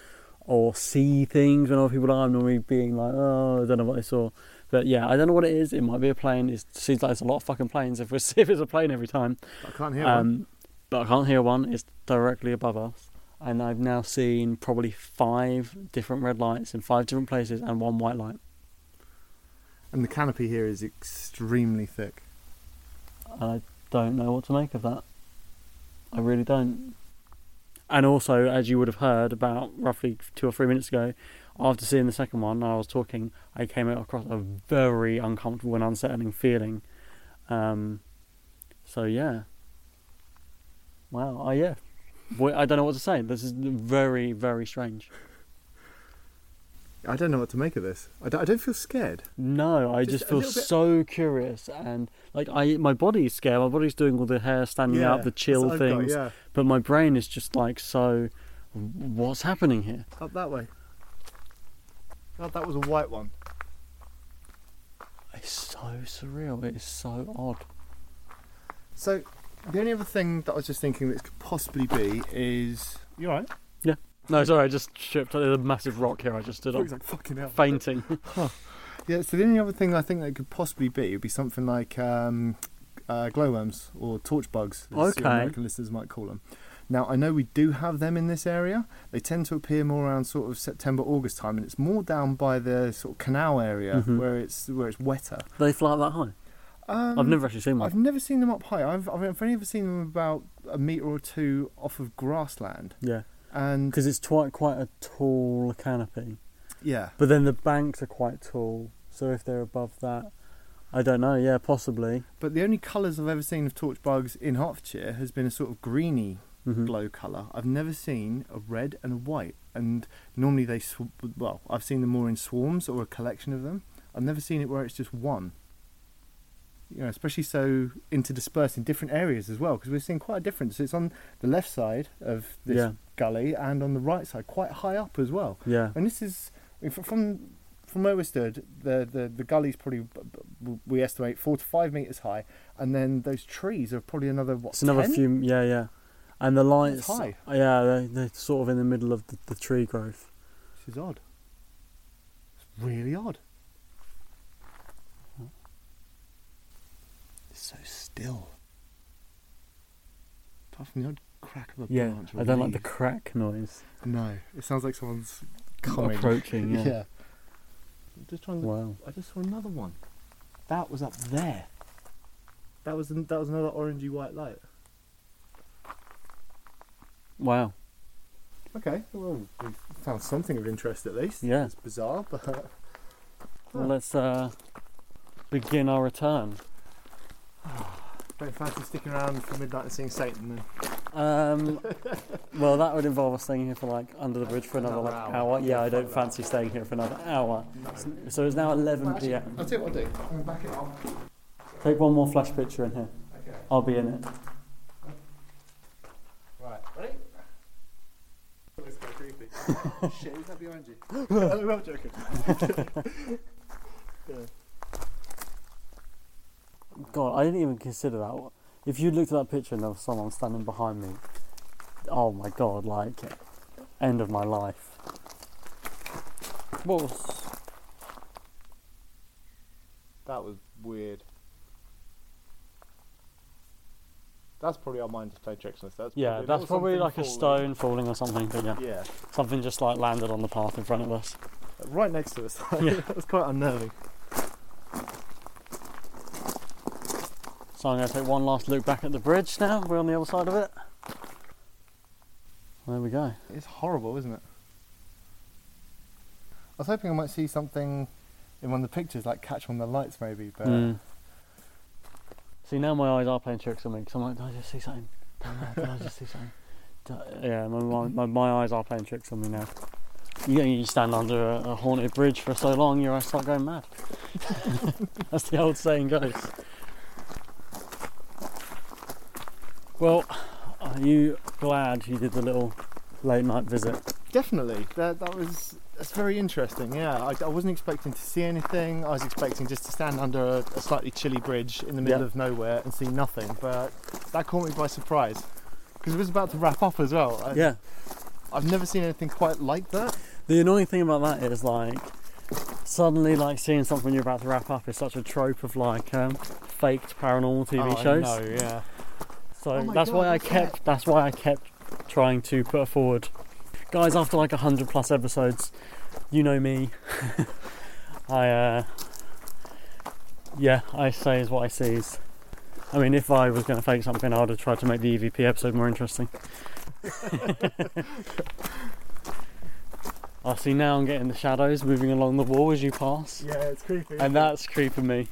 or see things when other people are. I'm normally being like, oh, I don't know what they saw. But yeah, I don't know what it is. It might be a plane. It seems like there's a lot of fucking planes. If we if it's <laughs> a plane every time,
I can't hear one.
um, but I can't hear one. It's directly above us, and I've now seen probably five different red lights in five different places and one white light.
And the canopy here is extremely thick.
and I don't know what to make of that. I really don't. And also, as you would have heard about roughly two or three minutes ago, after seeing the second one, I was talking. I came across a very uncomfortable and unsettling feeling. Um, so yeah. Wow. Oh yeah. Boy, I don't know what to say. This is very, very strange.
I don't know what to make of this. I don't, I don't feel scared.
No, I
Just
just,
a
feel
little bit-
so curious and like I, my body's scared. My body's doing all the hair standing up, the
that's
chill
what I've got,
things.
yeah.
but my brain is just like so what's happening here
Up that way. God, that was a white one.
it's so surreal it is so odd
So, the only other thing that I was just thinking that could possibly be is. You alright?
yeah no sorry i just tripped there's a massive rock here i just stood
I
up
was like, fucking hell.
fainting <laughs>
Yeah, so the only other thing I think that could possibly be would be something like um, uh, glowworms or torch bugs, as
Okay.
your American listeners might call them. Now, I know we do have them in this area. They tend to appear more around sort of September, August time, and it's more down by the sort of canal area
Mm-hmm.
where it's where it's wetter.
they fly up that high
Um,
i've never actually seen
I've
one
never seen them up high. I've, I've only ever seen them about a meter or two off of grassland,
yeah
and
because it's quite quite a tall canopy
yeah,
but then the banks are quite tall so if they're above that i don't know yeah possibly
But the only colours I've ever seen of torch bugs in Hertfordshire has been a sort of greeny glow color. I've never seen a red and a white, and normally they sw- well, I've seen them more in swarms or a collection of them. I've never seen it where it's just one. You know, especially so interdispersed in different areas as well, because we're seeing quite a difference. It's on the left side of this
Yeah.
gully and on the right side, quite high up as well.
Yeah.
And this is if- from from where we stood, the the the gully's probably b- b- we estimate four to five meters high, and then those trees are probably another what?
It's another
10?
few. Yeah, yeah. And the lights.
high.
Yeah, they're, they're sort of in the middle of the, the tree growth.
This is odd. It's really odd. It's so still. Apart from the odd crack of a
Yeah,
branch. or
I don't like the
leaf.
crack noise
No, it sounds like someone's coming.
approaching.
<laughs>
Yeah.
I'm just trying to
Wow.
I just saw another one. That was up there. That was an, that was another orangey white light.
Wow.
Okay, well, we found something of interest at least.
Yeah.
It's bizarre, <laughs> but
Well, let's uh, begin our return.
don't fancy sticking around for midnight and seeing Satan then. <laughs>
Um, well, that would involve us staying here for like under the bridge for another,
Another
like
hour.
hour. Yeah, I don't fancy staying here for another hour. So it's now 11 p.m.
I'll tell you what I'll do. I'm back it up.
Take one more flash picture in here.
Okay.
I'll be in it.
Right, ready? That's kind of creepy. Shit, who's that behind you? oh, well, joking.
God, I didn't even consider that. If you looked at that picture and there was someone standing behind me, oh my god, like, end of my life. What was.
That was weird. That's probably our mind to play tricks on us. That's
Yeah,
probably,
that's
that was
probably
something
like a
falling.
stone falling or something, but yeah.
Yeah,
Something just like landed on the path in front of us.
right next to us. <laughs>
Yeah.
that was quite unnerving.
So I'm going to take one last look back at the bridge now. We're on the other side of it. There we go.
It's horrible, isn't it? I was hoping I might see something in one of the pictures, like catch one of the lights maybe, but
Mm. See, now my eyes are playing tricks on me because I'm like, did I just see something? Don't know, Did I just see something? <laughs> Did I-" Yeah, my, my, my, my eyes are playing tricks on me now. You, you stand under a, a haunted bridge for so long, your eyes start going mad. <laughs> That's the old saying goes. Well, are you glad you did the little late night visit?
definitely that that was that's very interesting. Yeah, I, I wasn't expecting to see anything. I was expecting just to stand under a, a slightly chilly bridge in the middle
Yeah.
of nowhere and see nothing, but that caught me by surprise because it was about to wrap up as well. I,
Yeah.
I've never seen anything quite like that.
The annoying thing about that is like suddenly like seeing something you're about to wrap up is such a trope of like um, faked paranormal TV shows.
Oh, no, yeah.
So
Oh my
that's
God,
why I
what's
kept that's why I kept trying to put forward guys after like 100 plus episodes you know me <laughs> I uh yeah I say is what I see is I mean if I was going to fake something I would have tried to make the EVP episode
<laughs>
more interesting <laughs> I see now I'm getting the shadows moving along the wall as you pass
Yeah, it's creepy.
and that's creeping me.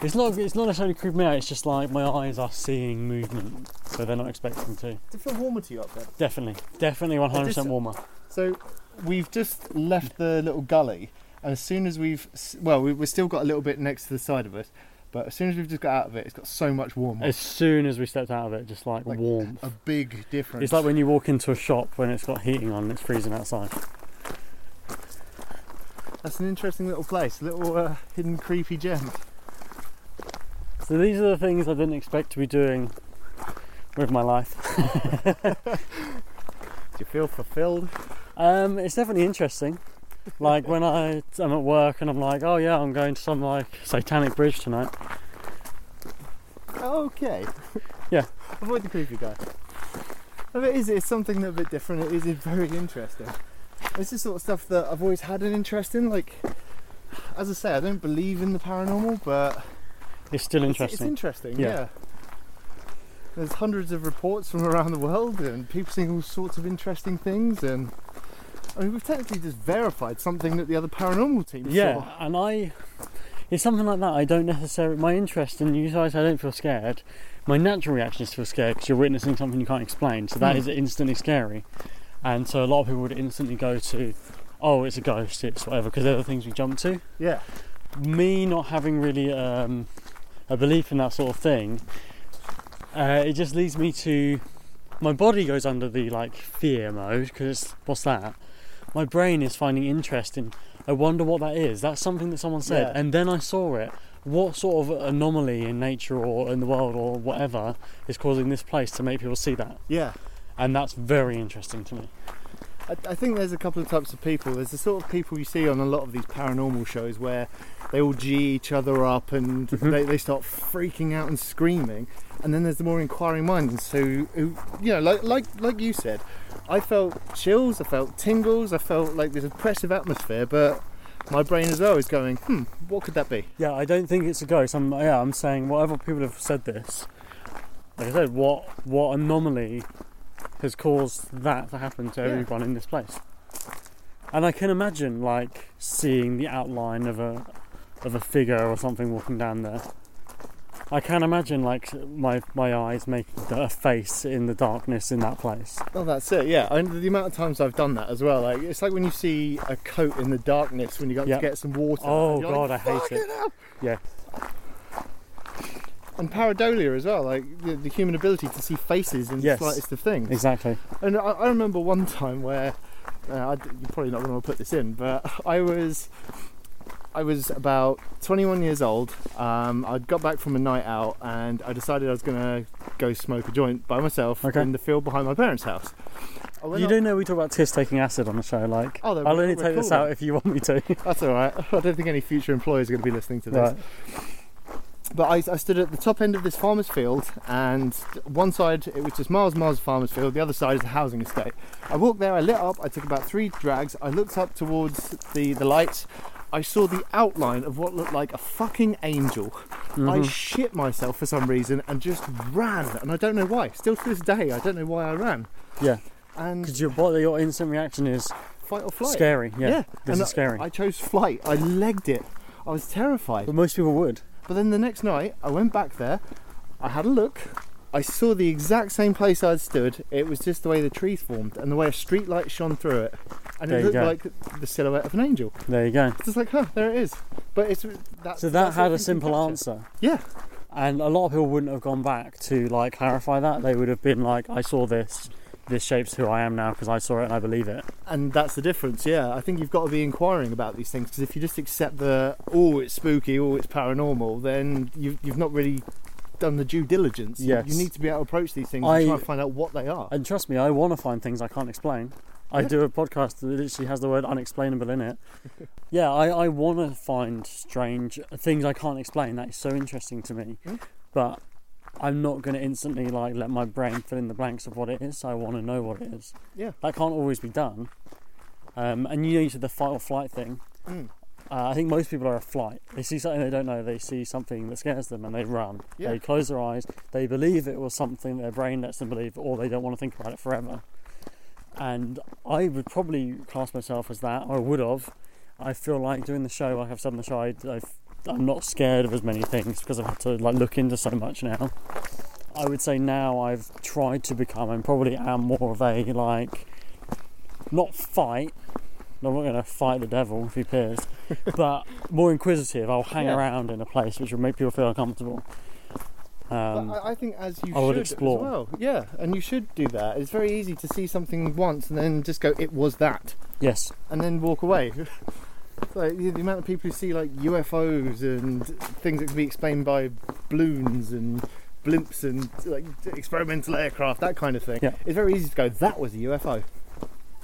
It's not. It's not necessarily creeping me out. It's just like my eyes are seeing movement, so they're not expecting to.
Did it feel warmer to you up there?
Definitely, definitely, one hundred percent warmer.
So we've just left the little gully, and as soon as we've s- well, we, we've still got a little bit next to the side of us, but as soon as we've just got out of it, it's got so much warmer.
As soon as we stepped out of it, just like,
Like uh,
warm.
a big difference.
It's like when you walk into a shop when it's got heating on and it's freezing outside.
that's an interesting little place, little uh, hidden creepy gem.
So these are the things I didn't expect to be doing with my life.
Do you feel fulfilled?
Um, it's definitely interesting. Like when I am at work and I'm like, oh yeah, I'm going to some like satanic bridge tonight.
Okay.
Yeah.
Avoid the creepy guy. But it is. It's something that a bit different. It is very interesting. It's the sort of stuff that I've always had an interest in. Like, as I say, I don't believe in the paranormal, but
It's still
It's-
interesting.
It's interesting,
Yeah.
yeah. There's hundreds of reports from around the world, and people seeing all sorts of interesting things. And I mean, we've technically just verified something that the other paranormal team
Yeah,
saw.
and I, it's something like that. I don't necessarily my interest in you guys. I don't feel scared, my natural reaction is to feel scared because you're witnessing something you can't explain. So that is instantly scary. And so a lot of people would instantly go to, oh, it's a ghost, it's whatever, because they're the things we jump to.
Yeah.
Me not having really um, a belief in that sort of thing, uh, it just leads me to my body goes under the like fear mode because what's that? My brain is finding interest in. I wonder what that is. That's something that someone said,
Yeah.
and then I saw it. What sort of anomaly in nature or in the world or whatever is causing this place to make people see that?
Yeah.
And that's very interesting to me.
I, I think there's a couple of types of people. There's the sort of people you see on a lot of these paranormal shows where they all G each other up and
Mm-hmm.
they, they start freaking out and screaming. And then there's the more inquiring minds who, who you know, like, like, like you said, I felt chills, I felt tingles, I felt like this oppressive atmosphere, but my brain as well is going, hmm, what could that be?
Yeah, I don't think it's a ghost. I'm yeah, I'm saying whatever people have said this. Like I said, what what anomaly has caused that to happen to
Yeah.
everyone in this place? And I can imagine like seeing the outline of a of a figure or something walking down there. I can imagine like my my eyes making a face in the darkness in that place.
Oh, that's it. Yeah, and the amount of times I've done that as well. Like it's like when you see a coat in the darkness when you go up
Yeah.
to get some water.
Oh,
and you're
God,
like,
I hate
"Fucking
it."
hell."
Yeah.
And pareidolia as well. Like the, the human ability to see faces in
Yes.
the slightest of things.
Exactly.
And I, I remember one time where uh, I d you're probably not going to put this in, but I was I was about 21 years old. Um, I'd got back from a night out, and I decided I was going to go smoke a joint by myself
Okay.
in the field behind my parents' house. I went
you
up-
don't know we talk about Tis taking acid on the show, like
Oh, they're-
I'll only
they're
take this
cool
out
then.
if you want me to.
That's all <laughs> right. I don't think any future employers are going to be listening to this.
right.
But I, I stood at the top end of this farmer's field, and one side it was just miles, and miles of farmer's field. The other side is the housing estate. I walked there. I lit up. I took about three drags. I looked up towards the the lights. I saw the outline of what looked like a fucking angel.
Mm-hmm.
I shit myself for some reason and just ran, and I don't know why. Still to this day, I don't know why I ran.
Yeah.
And
Because your body, your instant reaction is
fight or flight.
scary. Yeah, this
and
is scary.
I, I chose flight. I legged it. I was terrified.
but most people would.
But then the next night, I went back there, I had a look, I saw the exact same place I'd stood, it was just the way the trees formed and the way a street light shone through it. And
There
it
you
looked
go.
like the silhouette of an angel.
There you go.
It's just like, huh, there it is. But it's that,
So that
that's what
had
you can
a simple
capture.
answer,
Yeah,
and a lot of people wouldn't have gone back to like clarify that. They would have been like, "I saw this. This shapes who I am now because I saw it and I believe it."
and that's the difference. Yeah, I think you've got to be inquiring about these things because if you just accept the oh it's spooky, oh it's paranormal, then you've you've not really done the due diligence. You-
Yes.
you need to be able to approach these things
I-
and try and find out what they are.
And trust me, I want to find things I can't explain. I do a podcast that literally has the word unexplainable in it. yeah, I, I want to find strange things I can't explain. That is so interesting to me. But I'm not going to instantly like let my brain fill in the blanks of what it is. I want to know what it is.
Yeah.
That can't always be done. Um, and you know, you said the fight or flight thing.
Mm.
Uh, I think most people are a flight. They see something they don't know. They see something that scares them and they run.
Yeah.
They close their eyes. They believe it was something their brain lets them believe, or they don't want to think about it forever. And I would probably class myself as that. I would have. I feel like doing the show, like I've said on the show, I, I've, I'm not scared of as many things because I've had to like look into so much now. I would say now I've tried to become and probably am more of a like not fight. I'm not going to fight the devil if he appears, but more inquisitive. I'll hang
Yeah.
around in a place which will make people feel uncomfortable. Um,
But I, I think as you
I
should
would explore.
as well. Yeah, and you should do that. It's very easy to see something once and then just go, "It was that,"
yes,
and then walk away. <laughs> like the, the amount of people who see like UFOs and things that can be explained by balloons and blimps and like experimental aircraft, that kind of thing.
Yeah.
It's very easy to go, "That was a UFO."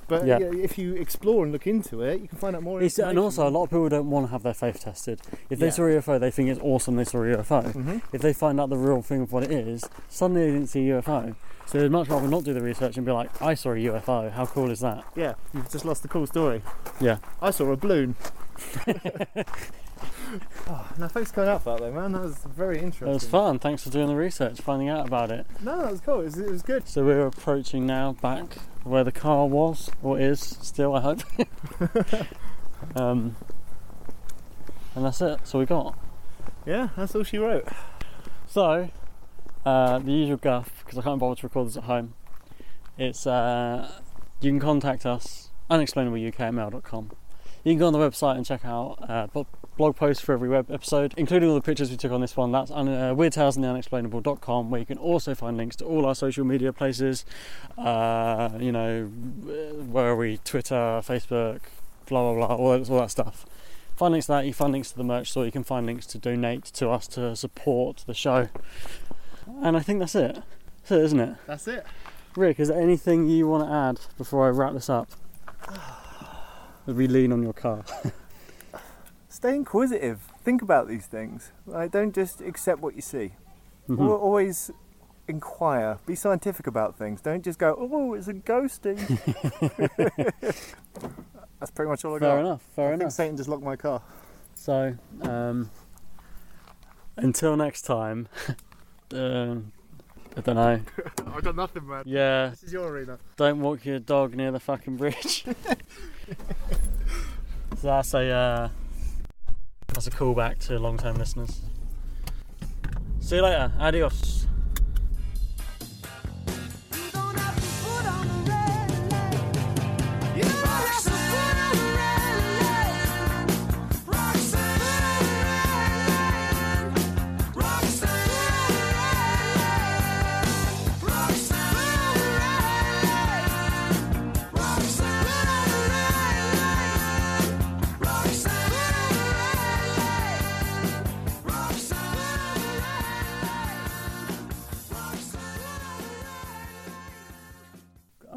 But
Yeah.
yeah. if you explore and look into it, you can find out more.
It's- and
information.
also a lot of people don't want to have their faith tested. If they
uh, Yeah.
saw a UFO, they think it's awesome. They saw a UFO. If they find out the real thing of what it is, suddenly they didn't see a UFO. So they'd much rather not do the research and be like, "I saw a UFO. How cool is that?"
yeah, you've just lost the cool story.
Yeah.
I saw a
<laughs>
balloon. oh, no, thanks for coming out for that, though, man. That was very interesting.
It was fun. Thanks for doing the research, finding out about it.
No, that was cool. It was, it was good.
So we're approaching now back where the car was or is still, I hope. <laughs> um, and that's it. So we got.
Yeah, that's all she wrote.
So uh, the usual guff because I can't bother to record this at home. It's uh, you can contact us unexplainableukmail.com. You can go on the website and check out uh, bo- blog posts for every web episode, including all the pictures we took on this one. That's un- uh, weirdtalesandtheunexplainable.com, where you can also find links to all our social media places. Uh, you know, where are we? Twitter, Facebook, blah blah blah, all, that- all that stuff. Find links to that. You can find links to the merch store. You can find links to donate to us to support the show. And I think that's it. That's it, isn't it?
That's it.
Rick, is there anything you want to add before I wrap this up? <sighs> As we lean on your car.
Stay inquisitive. Think about these things. Like, don't just accept what you see.
Mhm.
Al- Always inquire. Be scientific about things. Don't just go, oh, it's a
<laughs>
ghosty. That's pretty much all I got.
Fair enough, fair
I think
enough.
Satan just locked my car.
So, um, until next time, <laughs> uh, I don't know.
I got nothing, man.
Yeah,
This is your arena.
don't walk your dog near the fucking <laughs> bridge. so that's a uh, that's a callback to long-term listeners. See you later. Adios.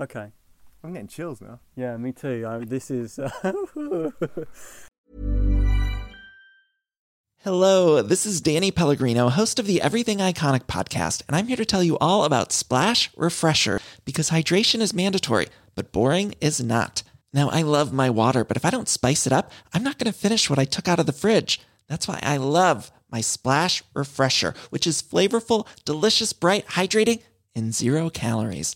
Okay.
I'm getting chills now.
Yeah, me too. I, this is. <laughs>
Hello, this is Danny Pellegrino, host of the Everything Iconic podcast, and I'm here to tell you all about Splash Refresher because hydration is mandatory, but boring is not. Now, I love my water, but if I don't spice it up, I'm not going to finish what I took out of the fridge. That's why I love my Splash Refresher, which is flavorful, delicious, bright, hydrating, and zero calories.